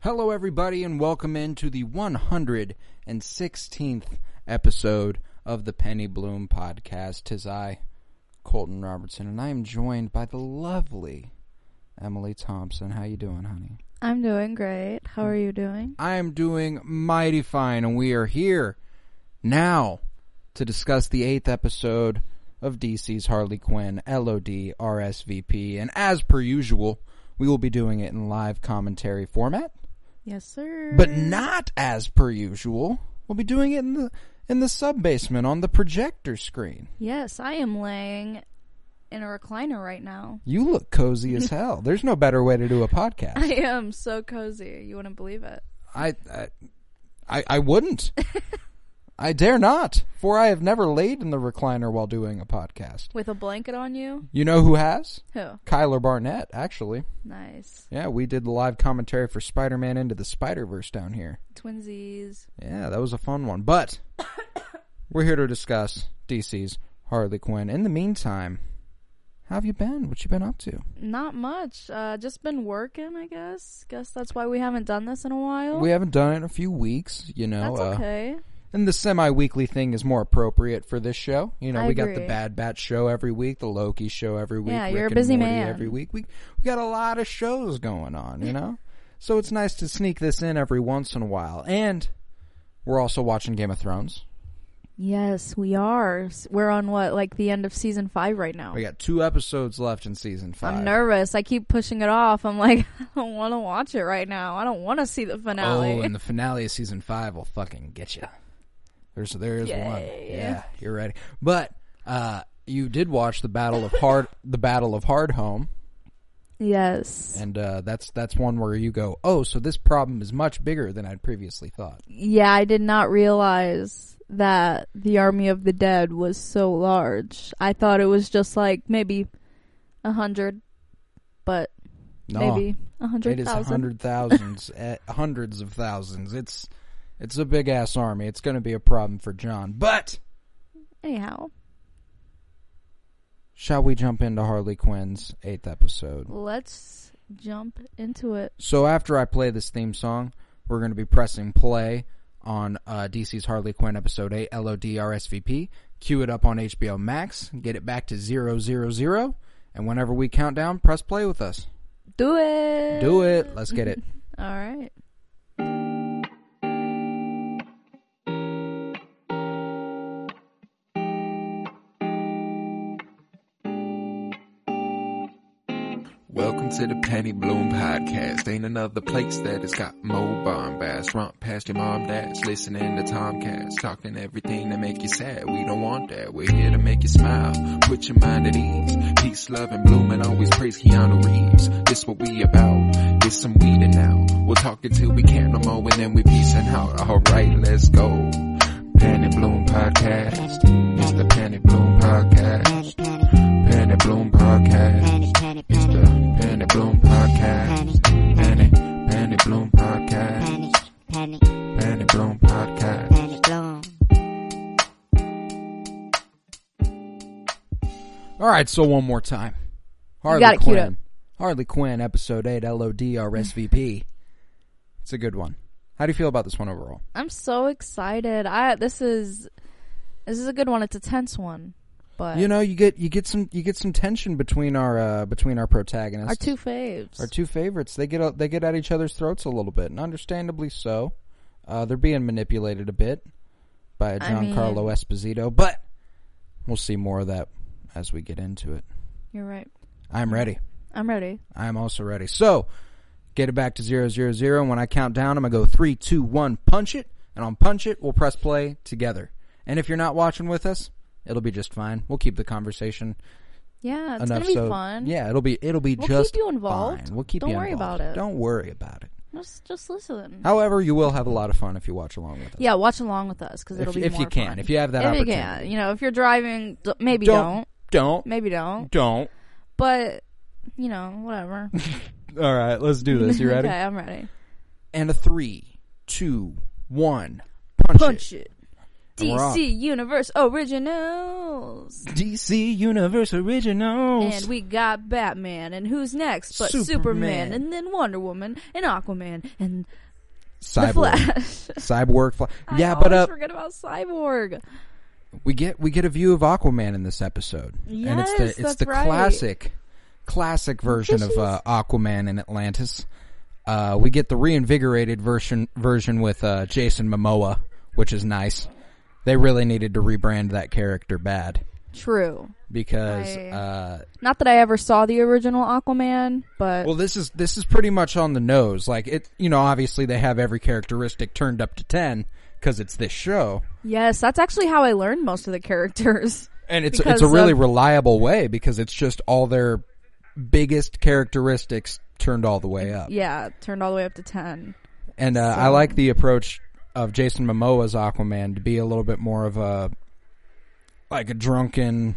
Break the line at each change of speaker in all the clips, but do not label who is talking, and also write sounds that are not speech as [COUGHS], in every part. Hello, everybody, and welcome into the 116th episode of the Penny Bloom Podcast. Tis I, Colton Robertson, and I am joined by the lovely Emily Thompson. How you doing, honey?
I'm doing great. How are you doing?
I am doing mighty fine, and we are here now to discuss the eighth episode of DC's Harley Quinn LOD RSVP. And as per usual, we will be doing it in live commentary format,
Yes, sir.
but not as per usual. We'll be doing it in the in the sub basement on the projector screen.
Yes, I am laying in a recliner right now. [LAUGHS]
You look cozy as hell. There's no better way to do a podcast.
I am so cozy. You wouldn't believe it.
I, I, I, I wouldn't. I dare not, for I have never laid in the recliner while doing a podcast.
With a blanket on you?
You know who has?
Who?
Kyler Barnett, actually.
Nice.
Yeah, we did the live commentary for Spider Man Into the Spider Verse down here.
Twinsies.
Yeah, that was a fun one.
[COUGHS]
But we're here to discuss DC's Harley Quinn. In the meantime, how have you been? What you been up to?
Not much. Uh, just been working, I guess. Guess that's why we haven't done this in a while.
We haven't done it in a few weeks, you know.
that's
uh,
okay.
And the semi weekly thing is more appropriate for this show. You know,
I
we got the
agree.
Bad Bat show every week, the Loki show every week,
Yeah,
Rick
you're a
and
busy
Morty
man.
every week. We we got a lot of shows going on,
[LAUGHS]
you know? so it's nice to sneak this in every once in a while. And we're also watching Game of Thrones.
Yes, we are. S- We're on what, like the end of season five right now.
We got two episodes left in season 5
I'm nervous. I keep pushing it off. I'm like, [LAUGHS] I don't want to watch it right now. I don't want to see the finale.
Oh, and the finale of season five will fucking get you. There's there is one.
Yay.
Yeah, you're ready. But uh, you did watch the Battle of Hard the Battle of Hardhome,
yes.
and uh, that's that's one where you go, oh, so this problem is much bigger than I'd previously thought.
Yeah, I did not realize that the army of the dead was so large. I thought it was just like maybe a hundred, but
No,
maybe a
it
hundred
is
thousand.
hundred thousands, eh, hundreds of thousands. It's it's a big ass army. It's going to be a problem for John. But
Anyhow,
shall we jump into Harley Quinn's eighth episode?
let's jump into it.
So after I play this theme song, we're going to be pressing play on uh, DC's Harley Quinn episode 8 LOD RSVP, queue it up on HBO Max, get it back to 000, and whenever we count down, press play with us.
Do it.
Do it. Let's get
[LAUGHS]
it.
All right.
Welcome to the Penny Bloom Podcast. Ain't another place that has got more bombast. Romp past your mom, dad's listening to Tomcats. Talking everything that make you sad. We don't want that. We're here to make you smile. Put your mind at ease. Peace, love, and bloom, and always praise Keanu Reeves. This what we about. This some weeding now. We'll talk until we can't no more, and then we peacing out. Alright, let's go. Penny Bloom Podcast. It's the Penny Bloom Podcast. Penny Bloom Podcast. It's the Penny Bloom Podcast. Penny, Penny Bloom Podcast. Penny Bloom Podcast.
All right, so one more time. Harley
got it
Quinn.
queued up.
Harley Quinn episode 8 LOD RSVP. it's a good one. How do you feel about this one overall?
I'm so excited. I this is this is a good one. It's a tense one, but
You know, you get you get some you get some tension between our uh, between our protagonists.
our two faves.
Our two favorites. They get they get at each other's throats a little bit, and understandably so. Uh, they're being manipulated a bit by
I mean-
Giancarlo Esposito, but we'll see more of that as we get into it.
You're right.
I'm ready.
I'm ready.
I'm also ready. So get it back to zero zero zero. And when I count down, I'm gonna go three, two, one, punch it. And on punch it, we'll press play together. And if you're not watching with us, it'll be just fine. We'll keep the conversation
Yeah, it's
enough
gonna be
so
fun.
yeah, it'll be it'll be
We'll keep
just
you involved.
fine. We'll keep
Don't
you
worry
involved.
about it.
Don't worry about it.
Just just listen.
However, you will have a lot of fun if you watch along with us.
Yeah, watch along with us because it'll
if,
be
if
more
you can,
fun.
if you have that
if you
opportunity,
can, you know, if you're driving, d- maybe don't.
Don't- don't,
maybe don't,
don't.
but you know, whatever.
All right, let's do this. [LAUGHS]
[LAUGHS]
You ready?
okay, I'm ready.
And a three, two, one, punch,
Punch
it.
it.
And we're off.
DC Universe Originals.
DC Universe Originals.
And we got Batman, and who's next but Superman,
Superman.
and then Wonder Woman, and Aquaman, and The [LAUGHS]
Cyborg. [LAUGHS]
Flash.
Cyborg. Fly-
I
yeah, but
always
uh,
forget about Cyborg.
we get we get a view of Aquaman in this episode, and it's the
Yes,
it's
that's
the
right.
classic classic version of
This
uh, Aquaman in Atlantis. Uh, we get the reinvigorated version version with uh, Jason Momoa, which is nice. They really needed to rebrand that character bad
True.
because
I-
uh,
Not that I ever saw the original Aquaman, but
well, this is this is pretty much on the nose. Like it, you know, obviously they have every characteristic turned up to ten because it's this show.
yes, that's actually how I learned most of the characters. [LAUGHS]
And it's
Because
it's a really
of-
reliable way because it's just all their biggest characteristics turned all the way up.
Yeah, turned all the way up to 10.
And uh, I like the approach of Jason Momoa's Aquaman to be a little bit more of a like a drunken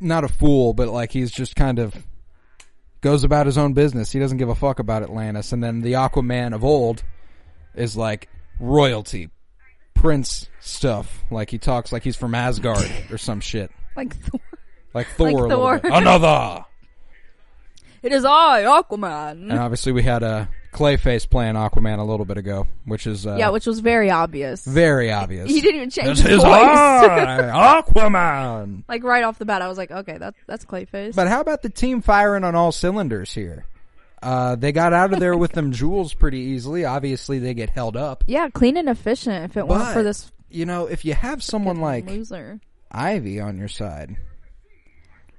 not a fool, but like he's just kind of goes about his own business. He doesn't give a fuck about Atlantis. And then the Aquaman of old is like royalty, prince stuff. Like he talks like he's from Asgard or some shit.
Like [LAUGHS] Thor.
Like Thor. a little
Thor.
bit. Another.
It is I, Aquaman.
and obviously, we had a Clayface playing Aquaman a little bit ago, which is uh,
yeah, which was very obvious.
very obvious.
he didn't even change
This
his
is
voice.
I, Aquaman.
like right off the bat, I was like, okay, that, that's Clayface.
But how about the team firing on all cylinders here? Uh, they got out of there with them jewels pretty easily. Obviously, they get held up.
yeah, clean and efficient. If it weren't for
But-
this
You know, if you have someone like
loser,
Ivy on your side,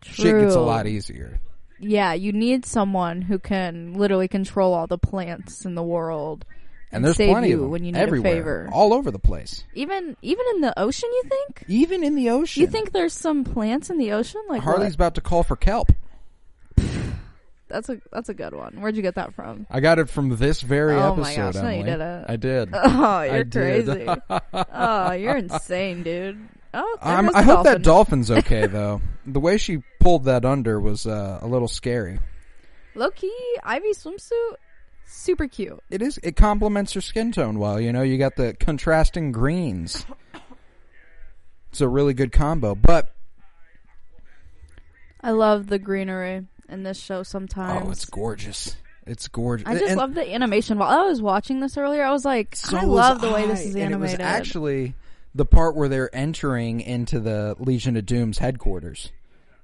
shit gets a
True.
lot e- easier.
Yeah, you need someone who can literally control all the plants in the world.
And there's
save
plenty
you
of them
when you need
everywhere,
a favor.
all over the place,
Even even in the ocean, you think?
even in the ocean.
You think there's some plants in the ocean? Like
Harley's
what?
about to call for kelp?
That's a that's a good one. Where'd you get that from?
I got it from this very
Oh
episode.
my gosh, no,
Emily.
you didn't.
I
[LAUGHS]
did.
Oh, you're
I did.
crazy.
[LAUGHS]
oh, you're insane, dude. Oh, there
I'm,
goes the
Um, I hope
dolphin.
that dolphin's
[LAUGHS]
okay though. the way she pulled that under was uh, a little scary.
low key Ivy swimsuit, super cute.
It is. It complements her skin tone well. You know, you got the contrasting greens. It's a really good combo. But
I love the greenery in this show. Sometimes
oh, it's gorgeous. It's gorgeous.
I just
And
love the animation. While I was watching this earlier, I was like,
so
I
was
love the way this
I.
is
And it was
animated.
actually the part where they're entering into the Legion of Doom's headquarters.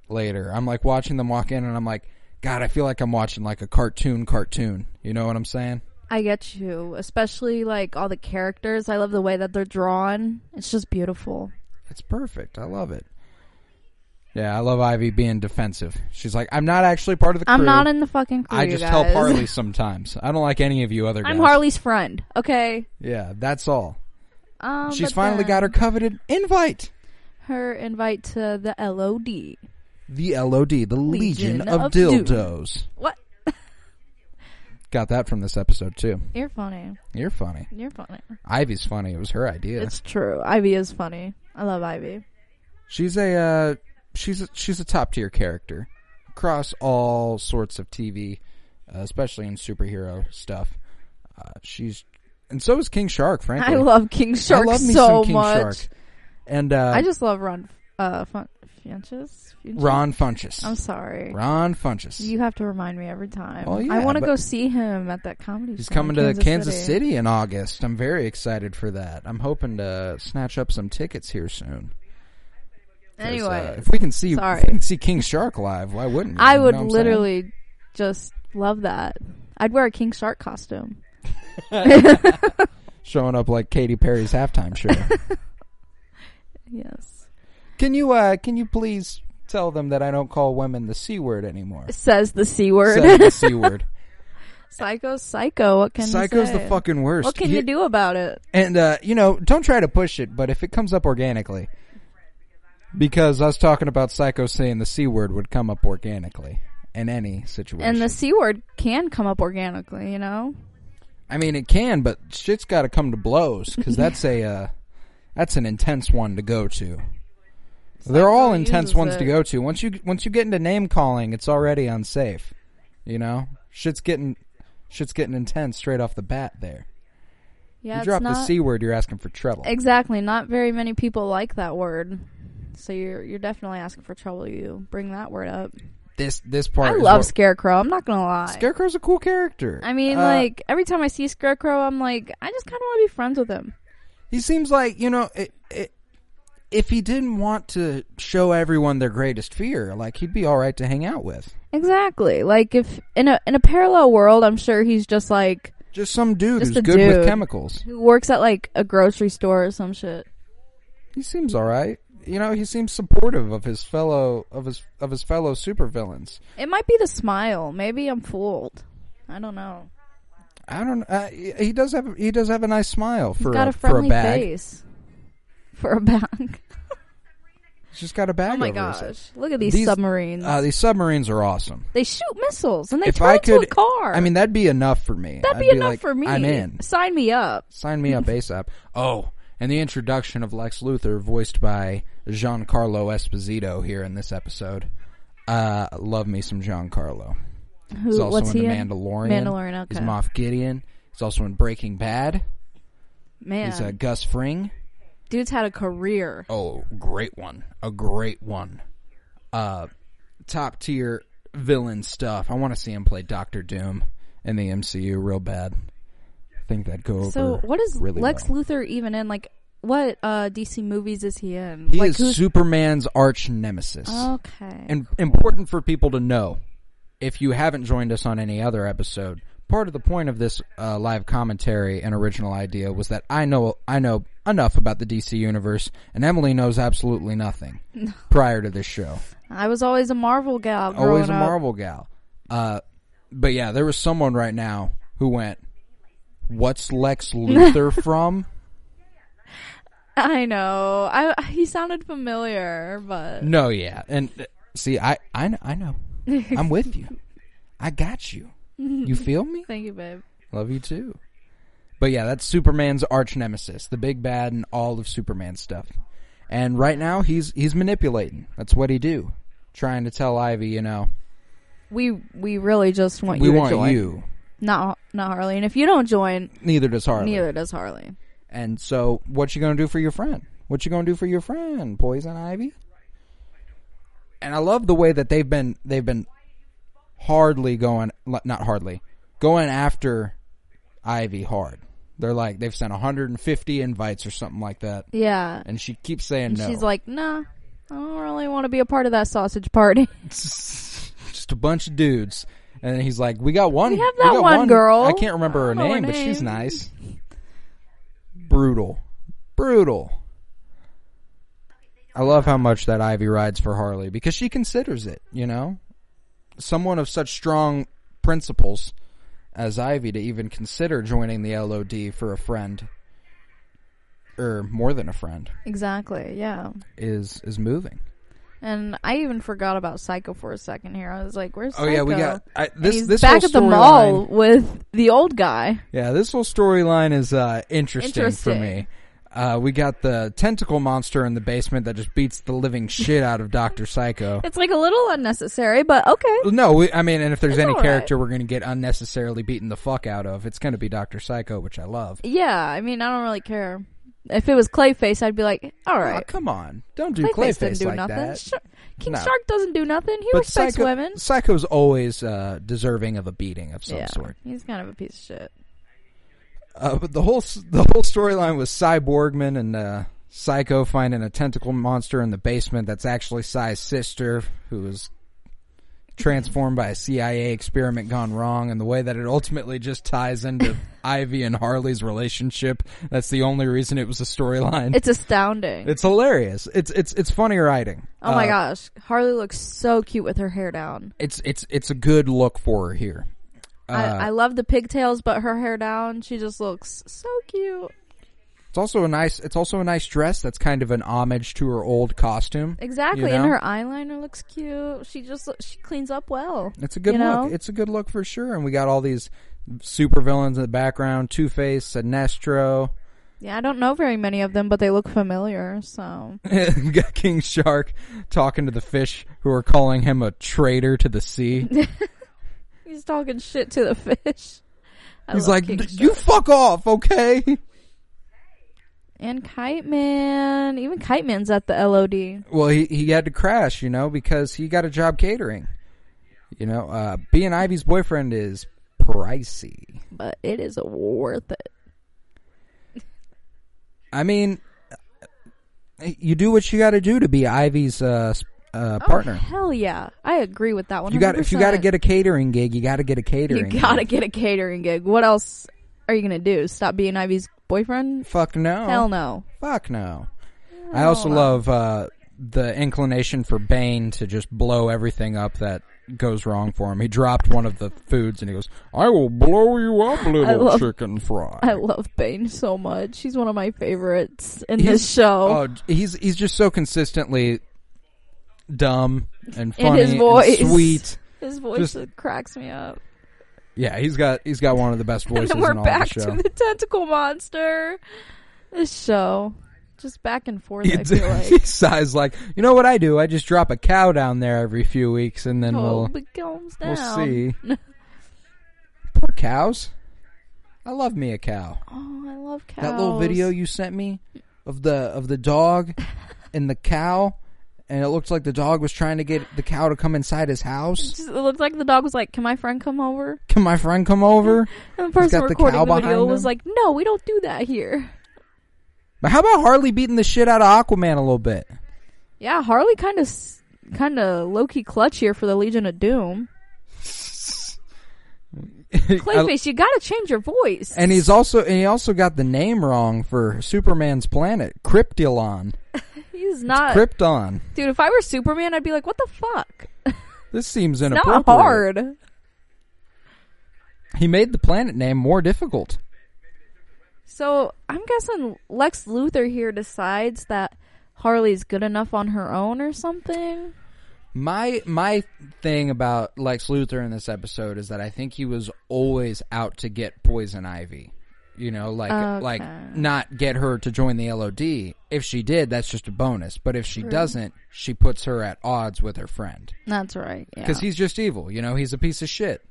Later, I'm like watching them walk in, and I'm like, God, I feel like I'm watching like a cartoon cartoon. You know what I'm saying?
I get you, especially like all the characters. I love the way that they're drawn. It's just beautiful.
It's perfect. I love it. Yeah, I love Ivy being defensive. She's like, I'm not actually part of the crew.
I'm not in the fucking crew.
I
you
just
guys.
help
[LAUGHS]
Harley sometimes. I don't like any of you other guys.
I'm Harley's friend. Okay.
Yeah, that's all.
Um,
She's
but
finally
then
got her coveted invite.
her invite to the LOD.
The LOD, the Legion,
Legion
of,
of Doom.
Dildos.
What?
[LAUGHS] Got that from this episode too.
You're funny.
You're funny.
You're funny.
Ivy's funny. It was her idea.
It's true. Ivy is funny. I love Ivy.
she's a uh, she's a, she's a top tier character across all sorts of TV, uh, especially in superhero stuff. Uh, she's and so is King Shark. Frankly,
I love King
I
Shark
love me
so
some King
much.
Shark. And uh,
I just love Ron uh Fun- Funches? Funches?
Ron Funches.
I'm sorry.
Ron Funches.
You have to remind me every time.
Well,
I
yeah,
want to
but-
go see him at that comedy.
He's
show in
coming to Kansas City. in August. I'm very excited for that. I'm hoping to snatch up some tickets here soon. 'Cause, uh,
Anyway,
if we can see,
sorry.
if we can see King Shark live, why wouldn't we?
I
You know
would
what I'm saying?
literally just love that. I'd wear a King Shark costume.
showing up like Katy Perry's halftime
[LAUGHS]
show.
Yes.
Can you uh can you please tell them that I don't call women the C word anymore?
Says the C word.
Said the C word.
Psycho's [LAUGHS] psycho. What can
Psycho's
you
the
say?
fucking worst.
What can
He-
you do about it?
And uh, you know, don't try to push it, but if it comes up organically because us talking about psycho saying the C word would come up organically in any situation.
And the C word can come up organically, you know?
I mean it can, but shit's got to come to blows cuz that's a uh, that's an intense one to go to. They're all
Psycho
intense
uses
ones to
it.
go to. Once you once you get into name calling, it's already unsafe. You know? Shit's getting shit's getting intense straight off the bat there.
Yeah,
you
it's
drop
not
the c word, you're asking for trouble.
exactly. Not very many people like that word, so you're you're definitely asking for trouble. You bring that word up.
this this part.
I
is
love
what-
Scarecrow. I'm not gonna lie.
Scarecrow's a cool character.
I mean,
Uh,
like every time I see Scarecrow, I'm like, I just kind of want to be friends with him.
he seems like you know. It, it, if he didn't want to show everyone their greatest fear, like he'd be all right to hang out with.
Exactly. Like if in a in a parallel world, I'm sure he's just like
Just some dude
Just
who's
a
good with
dude.
chemicals.
who works at like a grocery store or some shit.
He seems all right. You know, he seems supportive of his fellow of his of his fellow supervillains.
It might be the smile. Maybe I'm fooled. I don't know.
I don't. Uh, he does have he does have a nice smile
He's
for
got
a,
a
for a
friendly
bag.
face. For a bag.
He's just got a bag.
[LAUGHS] oh my
over his head.
gosh! Look at these,
These-
submarines.
Uh, these submarines are awesome.
they shoot missiles and they
if
turn
I
into
could,
a car.
I mean, that'd be enough for me.
that'd
I'd
be enough
like,
for me.
I'm in.
Sign me up.
Sign me
[LAUGHS]
up ASAP. Oh, and the introduction of Lex Luthor, voiced by Giancarlo Esposito, here in this episode. Uh, love me some Giancarlo.
Who?
He's also
what's
in
he
The
in?
Mandalorian.
Mandalorian, okay.
He's Moff Gideon. He's also in Breaking Bad.
Man,
He's uh, Gus Fring.
dude's had a career.
Oh, great one. A great one. Uh, top tier villain stuff. I want to see him play Doctor Doom in the MCU real bad. I think that'd go
So
over.
what is
really
Lex
well.
Luthor even in? Like, what uh, DC movies is he in?
He
like, Oh.
is Superman's arch nemesis.
okay.
and important for people to know if you haven't joined us on any other episode part of the point of this uh, live commentary and original idea was that i know i know enough about the dc universe and emily knows absolutely nothing [LAUGHS] prior to this show
I was always a Marvel gal. Growing
always a
up.
marvel gal uh, but yeah there was someone right now who went what's
[LAUGHS]
lex luthor from
[LAUGHS] I know. I he sounded familiar, but
no yeah and uh, see i i, kn- I
[LAUGHS]
know i'm with you i got you you feel me
thank you, babe.
Love you too. But yeah, that's Superman's arch nemesis, the big bad and all of Superman stuff. And right now he's he's manipulating. That's what he do. Trying to tell Ivy, you know,
We we really just want
we
you
want
to join.
you.
Not not Harley. And if you don't join,
Neither does Harley.
neither does Harley.
And so what you gonna do for your friend? What you gonna do for your friend, Poison Ivy? And I love the way that they've been they've been hardly going not hardly going after Ivy hard. They're like they've sent 150 invites or something like that.
Yeah.
and she keeps saying
And
no.
she's like, nah, I don't really want to be a part of that sausage party. [LAUGHS]
just a bunch of dudes. And he's like, "We got one.
We have that
got
one girl.
I can't remember her
I don't know
name,
her
but she's
name."
nice. Brutal, brutal. I love how much that Ivy rides for Harley because she considers it. You know, someone of such strong principles as Ivy to even consider joining the LOD for a friend, or more than a friend,
exactly. Yeah.
is is moving.
And I even forgot about Psycho for a second here. I was like, where's
Oh
Psycho?
yeah, we got I,
And
this.
he's
this
back
whole
at the
storyline-
mall with the old guy.
Yeah, this whole storyline is uh, interesting, for
Interesting.
me. Uh, we got the tentacle monster in the basement that just beats the
[LAUGHS]
living shit out of Doctor Psycho.
It's like a little unnecessary, but okay.
No, we, I mean, and if there's
It's
any
all right.
character we're going to get unnecessarily beaten the fuck out of, it's going to be Doctor Psycho, which I love.
Yeah, I mean, I don't really care. If it was Clayface, I'd be like, all
Aw,
right.
come on, don't do
Clayface,
Clayface,
didn't do
like
nothing.
that.
Sure. King
No.
Shark doesn't do nothing. He respects
Psycho,
women.
Psycho's always uh, deserving of a beating of some
yeah,
sort.
he's kind of a piece of shit.
Uh, but the whole s- the whole storyline was Cyborgman and uh, Psycho finding a tentacle monster in the basement that's actually Cy's sister, who was transformed by a CIA experiment gone wrong, and the way that it ultimately just ties
[LAUGHS]
into Ivy and Harley's relationship. That's the only reason it was a storyline. It's,
It's astounding.
hilarious. It's it's it's funny writing.
oh my
Uh,
gosh, Harley looks so cute with her hair down.
It's it's it's a good look for her here. Uh,
I, I love the pigtails, but her hair down, she just looks so cute.
It's also a nice. It's also a nice dress. That's kind of an homage to her old costume.
Exactly,
You know?
and her eyeliner looks cute. She just lo- she cleans up well.
It's a good
you
look.
know?
It's a good look for sure. And we got all these super villains in the background: Two Face, Sinestro, [LAUGHS]
Yeah, I don't know very many of them, but they look familiar. So
we got King Shark talking to the fish, who are calling him a traitor to the
[LAUGHS]
sea.
he's talking shit to the fish. I
He's
love
like,
King
"D- "You
Shark.
fuck off, okay? [LAUGHS]
And Kite Man, even Kite Man's at the LOD.
Well, he, he had to crash, you know, because he got a job catering. You know, uh, being Ivy's boyfriend is pricey.
but it is worth it.
I mean, you do what you got to do to be Ivy's uh, s- uh, partner.
Oh, hell yeah, I agree with that Oh, one.
You got if you got to get a catering gig, you got to get a catering.
you got to
gig.
get a catering gig. What else are you gonna do? Stop being Ivy's boyfriend?
Fuck no.
Hell no.
Fuck no. I also love uh, the inclination for Bane to just blow everything up that goes wrong for him. He dropped one of the foods and he goes, "I will blow you
[LAUGHS]
up, little
love-
chicken fry."
I love Bane so much. He's one of my favorites in
He's-
this show.
Oh, he's he's just so consistently dumb and
And
funny
his voice.
sweet.
His voice cracks me up.
Yeah, he's got he's got one of the best
[LAUGHS] And
voices
then we're
in all
back
the show.
to the tentacle monster. This show, just back
[LAUGHS]
and forth. I
He d-
feel like.
he sighs like, you know what I do? I just drop a cow down there every few weeks, and then
oh,
we'll
it calms down.
we'll see.
[LAUGHS]
Poor cows. I love me a cow.
Oh, I love cows.
That little video you sent me of the of the
[LAUGHS]
dog and the cow, and it looked like the dog was trying to get the cow to come inside his
[LAUGHS]
house.
Just- it looked like the dog was like, "Can my friend come over?"
Can my friend come over?
And the person
got the
recording
cow
the, video
behind
was
him.
like, "No, we don't do that here."
But how about Harley beating the shit out of Aquaman a little bit? [LAUGHS]
Yeah, Harley kind of, kind of low key clutch here for the Legion of Doom. Clayface, you gotta change your voice.
And he's also and he also got the name wrong for Superman's planet, Cryptolon.
He's not,
Krypton.
dude. If I were Superman, I'd be like, "What the fuck?"
This seems inappropriate.
Not hard.
He made the planet name more difficult.
So I'm guessing Lex Luthor here decides that Harley's good enough on her own or something.
My my thing about Lex Luthor in this episode is that I think he was always out to get Poison Ivy. You know, like
Okay.
like not get her to join the LOD. If she did, that's just a bonus. But if she doesn't, she puts her at odds with her friend.
That's right. Yeah.
because he's just evil. You know, he's a piece of shit.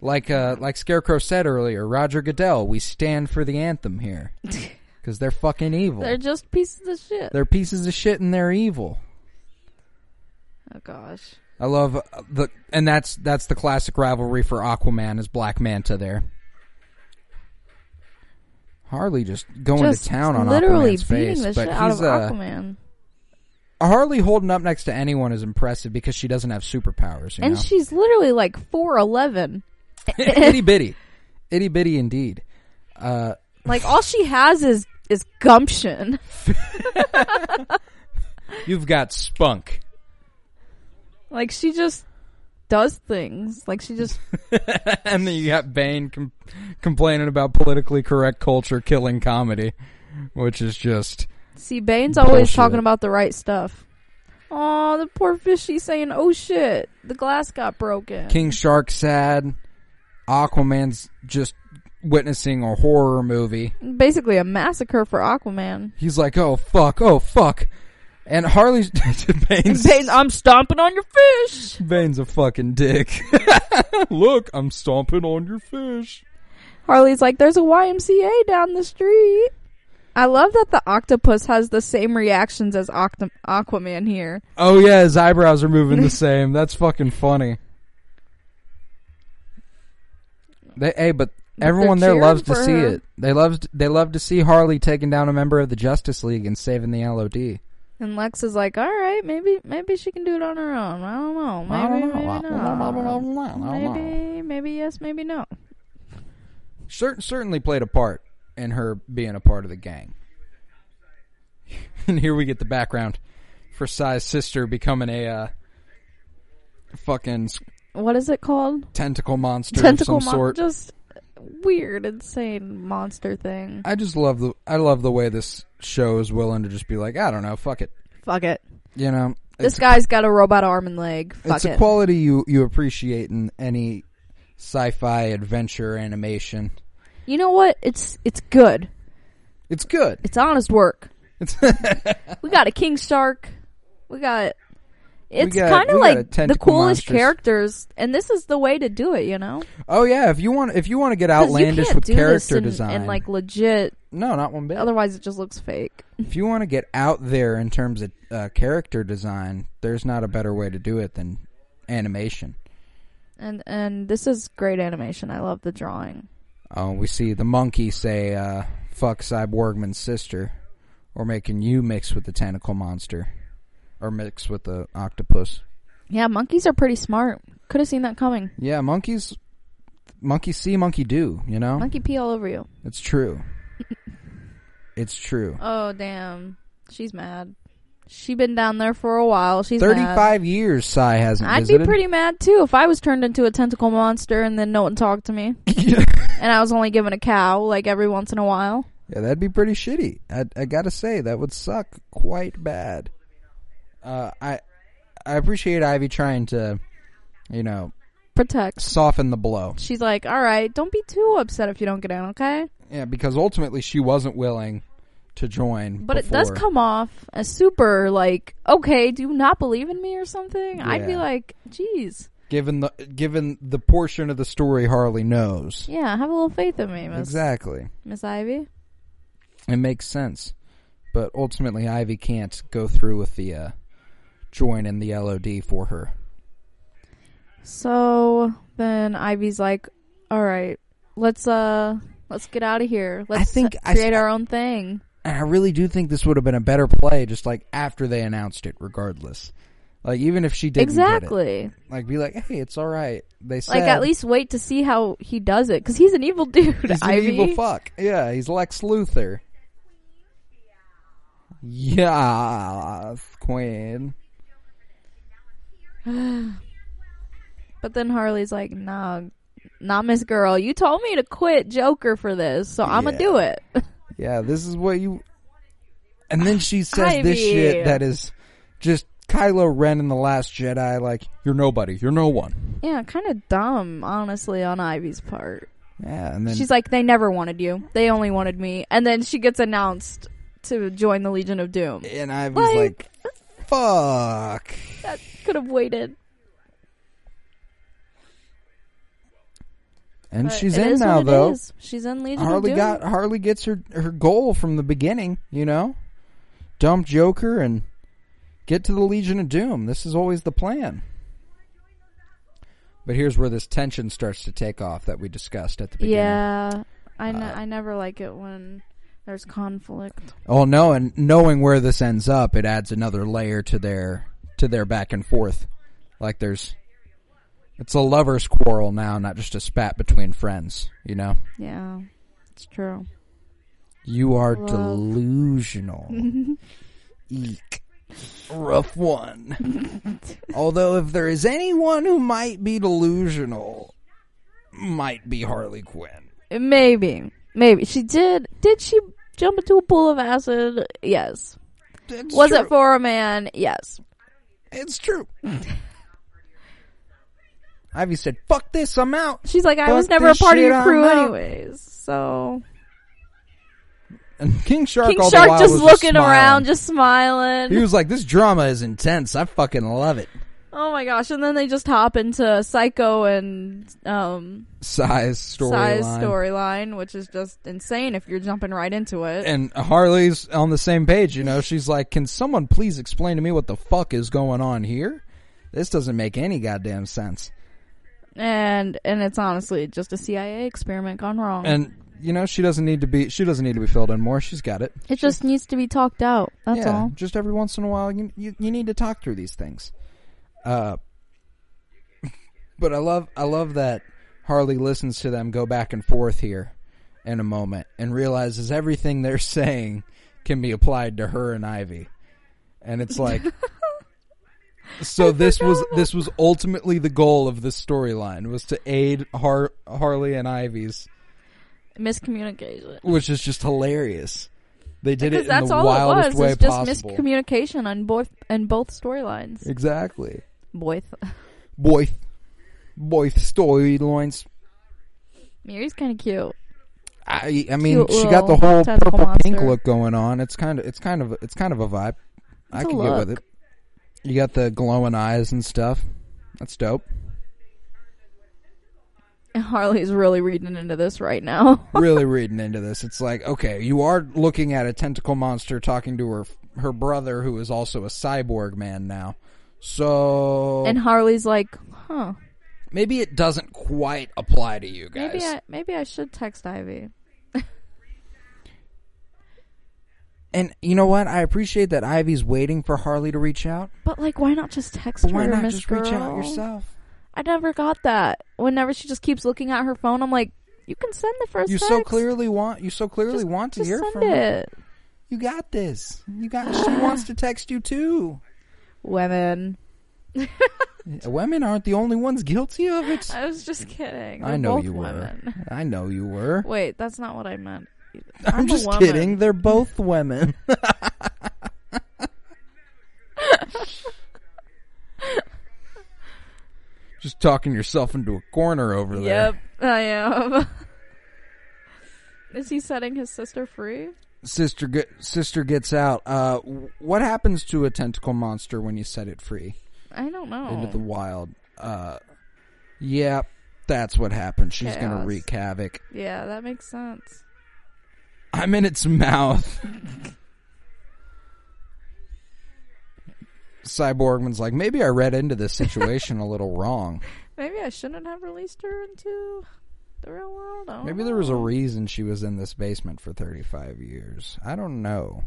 Like uh, like Scarecrow said earlier, Roger Goodell, we stand for the anthem
[LAUGHS]
here because they're fucking evil.
they're
They're,
just pieces of shit.
pieces of shit and they're evil.
Oh gosh.
I love uh, the and that's that's the classic rivalry for Aquaman is Black Manta there. Harley just going
just
to town on
literally
Aquaman's
beating
face,
the
but
shit out
he's
of
uh,
Aquaman.
Harley holding up next to anyone is impressive because she doesn't have superpowers. You
And
know?
[LAUGHS] she's literally like four eleven.
[LAUGHS] itty bitty, itty bitty indeed. Uh,
Like all she has is is gumption.
You've got spunk. [LAUGHS]
Like she just does things. Like she just
and then you got Bane com- complaining about politically correct culture killing comedy, which is just
see Bane's always
Bullshit.
talking about the right stuff. Oh, the poor fishy saying, "Oh shit, the glass got broken."
King Shark sad. Aquaman's just witnessing a horror movie.
Basically, a massacre
[LAUGHS]
for Aquaman.
He's like, "Oh fuck, oh fuck." And [LAUGHS] Harley's Bane's,
Bane, I'm stomping on your fish.
Bane's a fucking dick. [LAUGHS] Look, I'm stomping on your fish.
Harley's like, there's a YMCA down the street. I love that the octopus has the same reactions as Octo- Aquaman here.
Oh yeah, his eyebrows are moving the same. That's fucking funny. They, hey, but
But
everyone
they're
there loves to
cheering
see
for her.
it. They love they love to see Harley taking down a member of the Justice League and saving the LOD.
And Lex is like, all right, maybe maybe she can do it on her own. I don't know. Maybe,
I don't know.
maybe
I don't know. I don't know. I don't know. I don't
not.
know.
Maybe, maybe yes, maybe no.
Cer- certainly played a part in her being a part of the gang. [LAUGHS] and here we get the background for Sai's sister becoming a uh, fucking s-
What is it called?
tentacle monster
Tentacle
of some
monster.
sort.
Just weird, insane monster thing.
I just love the I love the way this show is willing to just be like, I don't know, fuck it.
Fuck it.
You know,
This
it's,
guy's got a robot arm and leg. Fuck
it's
it.
a quality you you appreciate in any sci-fi adventure animation.
you know what? It's it's good.
It's good.
It's honest work.
It's [LAUGHS]
we got a king shark. We got. It's
got-
kind of
we got a
like the
tentacle
coolest
monsters.
characters, and this is the way to do it. You know,
oh yeah, if you want if you want to get
'Cause you
outlandish
can't
with
do this
character
in-
design,
and like legit
No, not one bit.
Otherwise, it just looks fake.
If you want to get out there in terms of uh, character design, there's not a better way to do it than animation.
And and this is great animation. I love the drawing.
Uh, we see the monkey say, uh, fuck Cyborgman's sister, or making you mix with the tentacle monster, or mix with the octopus.
Yeah, monkeys are pretty smart. Could have seen that coming.
Yeah, monkeys, monkey see, monkey do, you know?
Monkey pee all over you.
It's true. it's
[LAUGHS]
true.
Oh damn, she's mad. She been down there for a while. She's mad.
35 years Psy hasn't
Oh I'd
visited.
be pretty [LAUGHS] mad too if I was turned into a tentacle monster and then no one talked to me,
[LAUGHS] yeah,
and I was only given a cow like every once in a while.
that'd be pretty shitty. I, I gotta say, that would suck quite bad. Uh, I, I appreciate Ivy trying to, you know,
Protect.
soften the blow.
She's like, all right, don't be too upset if you don't get in, okay?
Yeah, because ultimately she wasn't willing to join.
But it does
before.
come off as super like, okay, do you not believe in me or something? I'd be
Yeah.
like, geez,
given the given the portion of the story Harley knows.
yeah, have a little faith in me, Miss
Exactly.
Miss Ivy.
It makes sense. But ultimately Ivy can't go through with the uh join in the LOD for her.
So then Ivy's like, all right, let's uh, let's get out of here. Let's
think I-
create our own thing.
And I really do think this would have been a better play just like after they announced it regardless. Like even if she didn't get it.
Exactly.
like be like, "Hey, it's all right." They said
Like at least wait to see how he does it because he's an evil [LAUGHS] dude.
He's an
Ivy.
evil fuck. Yeah, he's Lex Luthor. Yeah, Queen.
But then Harley's like, nah, not Miss Girl. You told me to quit Joker for this, so I'm
Yeah.
gonna do it. [LAUGHS]
Yeah, this is what you. And then
[SIGHS]
she says
Ivy.
this shit that is just Kylo Ren in the Last Jedi. Like you're nobody, you're no one.
yeah, kind of dumb, honestly, on Ivy's part.
Yeah, and then
She's like, they never wanted you. They only wanted me. And then she gets announced to join the Legion of Doom.
and I was
Like,
like, "Fuck."
that could have waited.
And
but
she's
it
in
is
now
what it
though.
is. She's in Legion of
Harley
Doom.
got Harley gets her her goal from the beginning, you know. Dump Joker and get to the Legion of Doom. This is always the plan. But here's where this tension starts to take off that we discussed at the beginning.
yeah, I ne-
Uh,
I never like it when there's conflict.
Oh no, and knowing where this ends up, it adds another layer to their to their back and forth. Like there's it's a lovers quarrel now, not just a spat between friends, you know.
Yeah, it's true.
You are
Love. [LAUGHS]
delusional. Eek. Rough one.
[LAUGHS]
Although, if there is anyone who might be delusional, might be Harley Quinn.
Uh, Maybe. Maybe. She did. Did she jump into a pool of acid? Yes.
It's
Was
true.
it for a man? Yes.
It's true. Ivy said, "Fuck this, I'm out."
She's like, I
Fuck
was never a
this
part of
shit,
your crew,
I'm out.
anyways. So.
And King Shark,
King
all the
Shark
while
just
was
looking
smiling.
around, just smiling.
He was like, "This drama is intense. I fucking love it."
oh my gosh. And then they just hop into Psycho and, um,
Size storyline.
Size storyline, which is just insane if you're jumping right into it.
and Harley's on the same page, you know. She's like, "Can someone please explain to me what the fuck is going on here? This doesn't make any goddamn sense."
And, and it's honestly just a CIA experiment gone wrong.
And you know, she doesn't need to be she doesn't need to be filled in more. She's got it.
it just needs to be talked out. That's
yeah,
all.
just every once in a while you, you you need to talk through these things. Uh [LAUGHS] but I love I love that Harley listens to them go back and forth here in a moment and realizes everything they're [LAUGHS] saying can be applied to her and Ivy. And it's
[LAUGHS]
like So this was this was ultimately the goal of this storyline was to aid Har- Harley and Ivy's,
Miscommunication.
which is just hilarious. They did
Because
it in
that's
the
all it
wildest
was.
way
It's just
possible.
miscommunication on both and both storylines.
Exactly.
Both.
Boy, boy storylines.
[LAUGHS] Mary's kind of cute.
I, I mean,
Cute
she got the
little
whole
tentacle
purple pink
monster.
look going on. It's kind of, it's kind of, it's kind of a vibe. I
It's a
can get with it.
look.
You got the glowing eyes and stuff. That's dope.
Harley's really reading into this
[LAUGHS]
right now. [LAUGHS]
really reading into this. It's like, okay, you are looking at a tentacle monster talking to her her brother, who is also a cyborg man now. So
And Harley's like, huh.
maybe it doesn't quite apply to you guys.
Maybe I maybe I should text Ivy.
and you know what? I appreciate that Ivy's waiting for Harley to reach out.
But like why not just text
But
her,
why not
Miss
just
Girl?
reach out yourself?
I never got that. Whenever she just keeps looking at her phone, I'm like, you can send the first
You
text.
so clearly want you so clearly
Just-
want to
just
hear
send
from her.
it.
You got this. You
[SIGHS]
got she wants to text you too.
Women.
Women aren't the only ones guilty of it.
I was just kidding.
I
They're
know
both
you were.
women.
I know you were.
Wait, that's not what I meant.
[LAUGHS] I'm,
I'm a
just
woman.
kidding. They're both
[LAUGHS]
women. just talking yourself into a corner over
Yep,
there.
I am. [LAUGHS] Is he setting his sister free?
Sister, get, sister gets out. Uh, w- what happens to a tentacle monster when you set it free
I don't know.
into the wild? Uh, yeah, that's what happens. She's gonna
Chaos.
wreak havoc.
yeah, that makes sense.
I'm in its mouth. Cyborgman's like, maybe I read into this situation a little wrong.
Maybe I shouldn't have released her into the real world. I don't
Maybe there was a
know.
reason she was in this basement for 35 years. I don't know.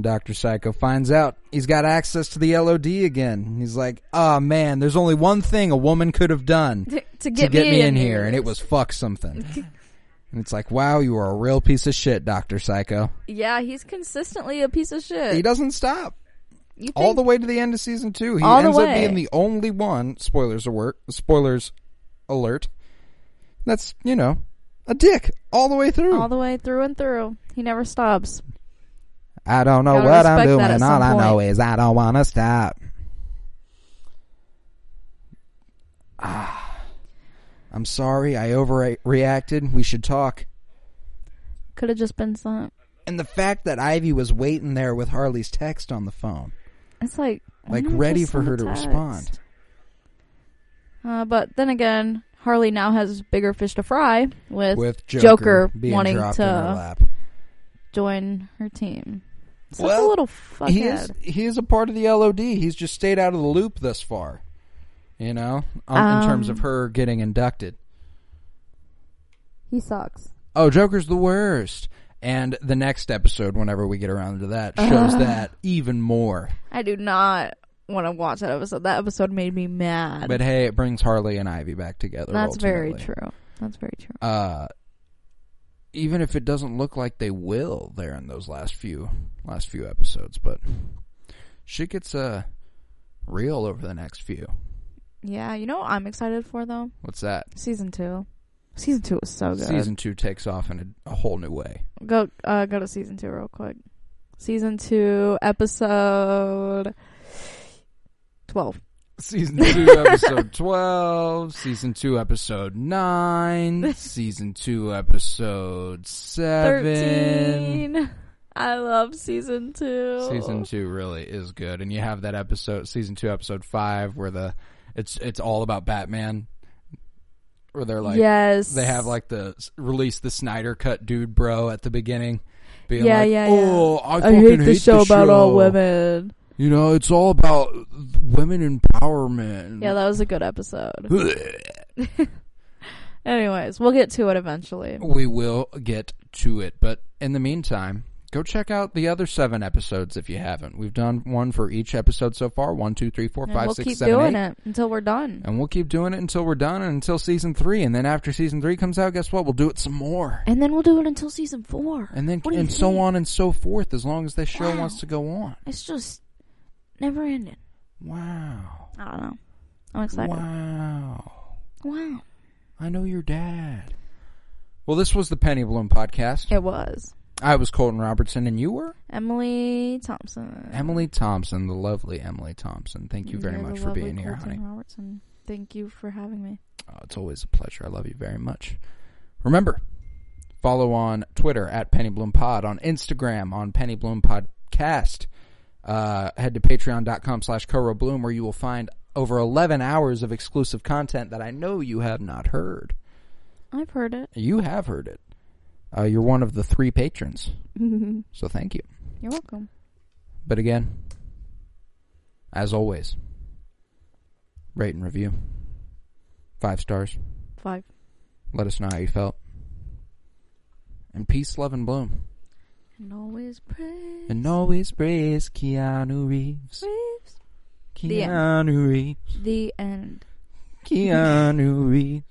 Dr. Psycho finds out he's got access to the LOD again. He's like, ah, man, there's only one thing a woman could have done
[LAUGHS] to, to get,
to get me, in here,
this.
and it was fuck
[LAUGHS]
something. and it's like, wow, you are a real piece of shit, Dr. Psycho.
Yeah, he's consistently a piece of shit.
He doesn't stop.
You
all
think-
the way to the end of season two. He
All the
ends up
way.
being the only one. Spoilers alert. Spoilers alert. That's you know a dick all the way through.
all the way through and through. He never stops.
I don't know
Gotta
what I'm
respect that
doing.
at
All
some
I know
point.
is I don't want to stop. Ah, I'm sorry. I overreacted. We should talk.
Could have just been sent.
And the fact that Ivy was waiting there with Harley's text on the phone,
It's like why
like
not
ready
just
for
send
her
a
to
text?
respond.
Uh, but then again, Harley now has bigger fish to fry with,
With Joker,
Joker
being
wanting
dropped
to-
in her lap.
join her team. Such
Well,
a little fuckhead.
he is he is a part of the LOD. He's just stayed out of the loop thus far. You know, um, in terms
Um.
of her getting inducted.
He sucks.
Oh, Joker's the worst. And the next episode, whenever we get around to that,
Uh-huh.
shows that even more.
I do not want to watch that episode. That episode made me mad.
But hey, it brings Harley and Ivy back together.
That's very
ultimately.
true. That's very true.
Uh, even if it doesn't look like they will there in those last few last few episodes, but shit gets uh real over the next few.
Yeah, you know what I'm excited for though?
What's that?
Season two. Season two was so good.
Season two takes off in a, a whole new way.
Go uh, go to season two real quick. Season two, episode twelve.
Season two, episode twelve. Season two, episode nine. Season two, episode seven.
Thirteen. I love season two.
Season two really is good, and you have that episode, season two, episode five, where the it's it's all about Batman, where they're like
yes.
they have like the s- release the Snyder cut, dude, bro, at the beginning. Being
Yeah,
like,
yeah, yeah.
Oh, I,
I,
fucking
hate the show
the
about all
show."
women.
You know, it's all about women empowerment.
Yeah, that was a good episode.
Blech.
Anyways, we'll get to it eventually.
We will get to it. But in the meantime, go check out the other seven episodes if you haven't. We've done one for each episode so far one, two, three, four,
And
five,
we'll
six,
keep
seven,
doing
eight.
it until we're done.
And we'll keep doing it until we're done and until season three. And then after season three comes out, guess what? We'll do it some more.
And then we'll do it until season four.
And then
What do you
and so
think?
on and so forth as long as this show
Wow.
wants to go on.
It's just never ending.
Wow.
I don't know. I'm excited. Wow.
Wow. I know your dad. Well, this was the Penny Bloom podcast.
It was.
I was Colton Robertson, and you were?
Emily Thompson.
Emily Thompson, the lovely Emily Thompson. Thank you very
You're the
much for
lovely
being here,
Colton
honey.
Robertson. Thank you for having me.
Oh, it's always a pleasure. I love you very much. Remember, follow on Twitter at Penny Bloom Pod, on Instagram on Penny Bloom Podcast. Uh, head to patreon.com slash Koro Bloom where you will find over 11 hours of exclusive content that I know you have not heard.
I've heard [LAUGHS] it.
You have heard it. Uh, you're one of the three patrons,
You're
so thank you.
welcome.
But again, as always, rate and review. Five stars.
Five.
Let us know how you felt. And peace, love, and bloom.
And always pray.
And always praise Keanu Reeves.
Reeves. The end.
Keanu Reeves.
The end.
Keanu Reeves.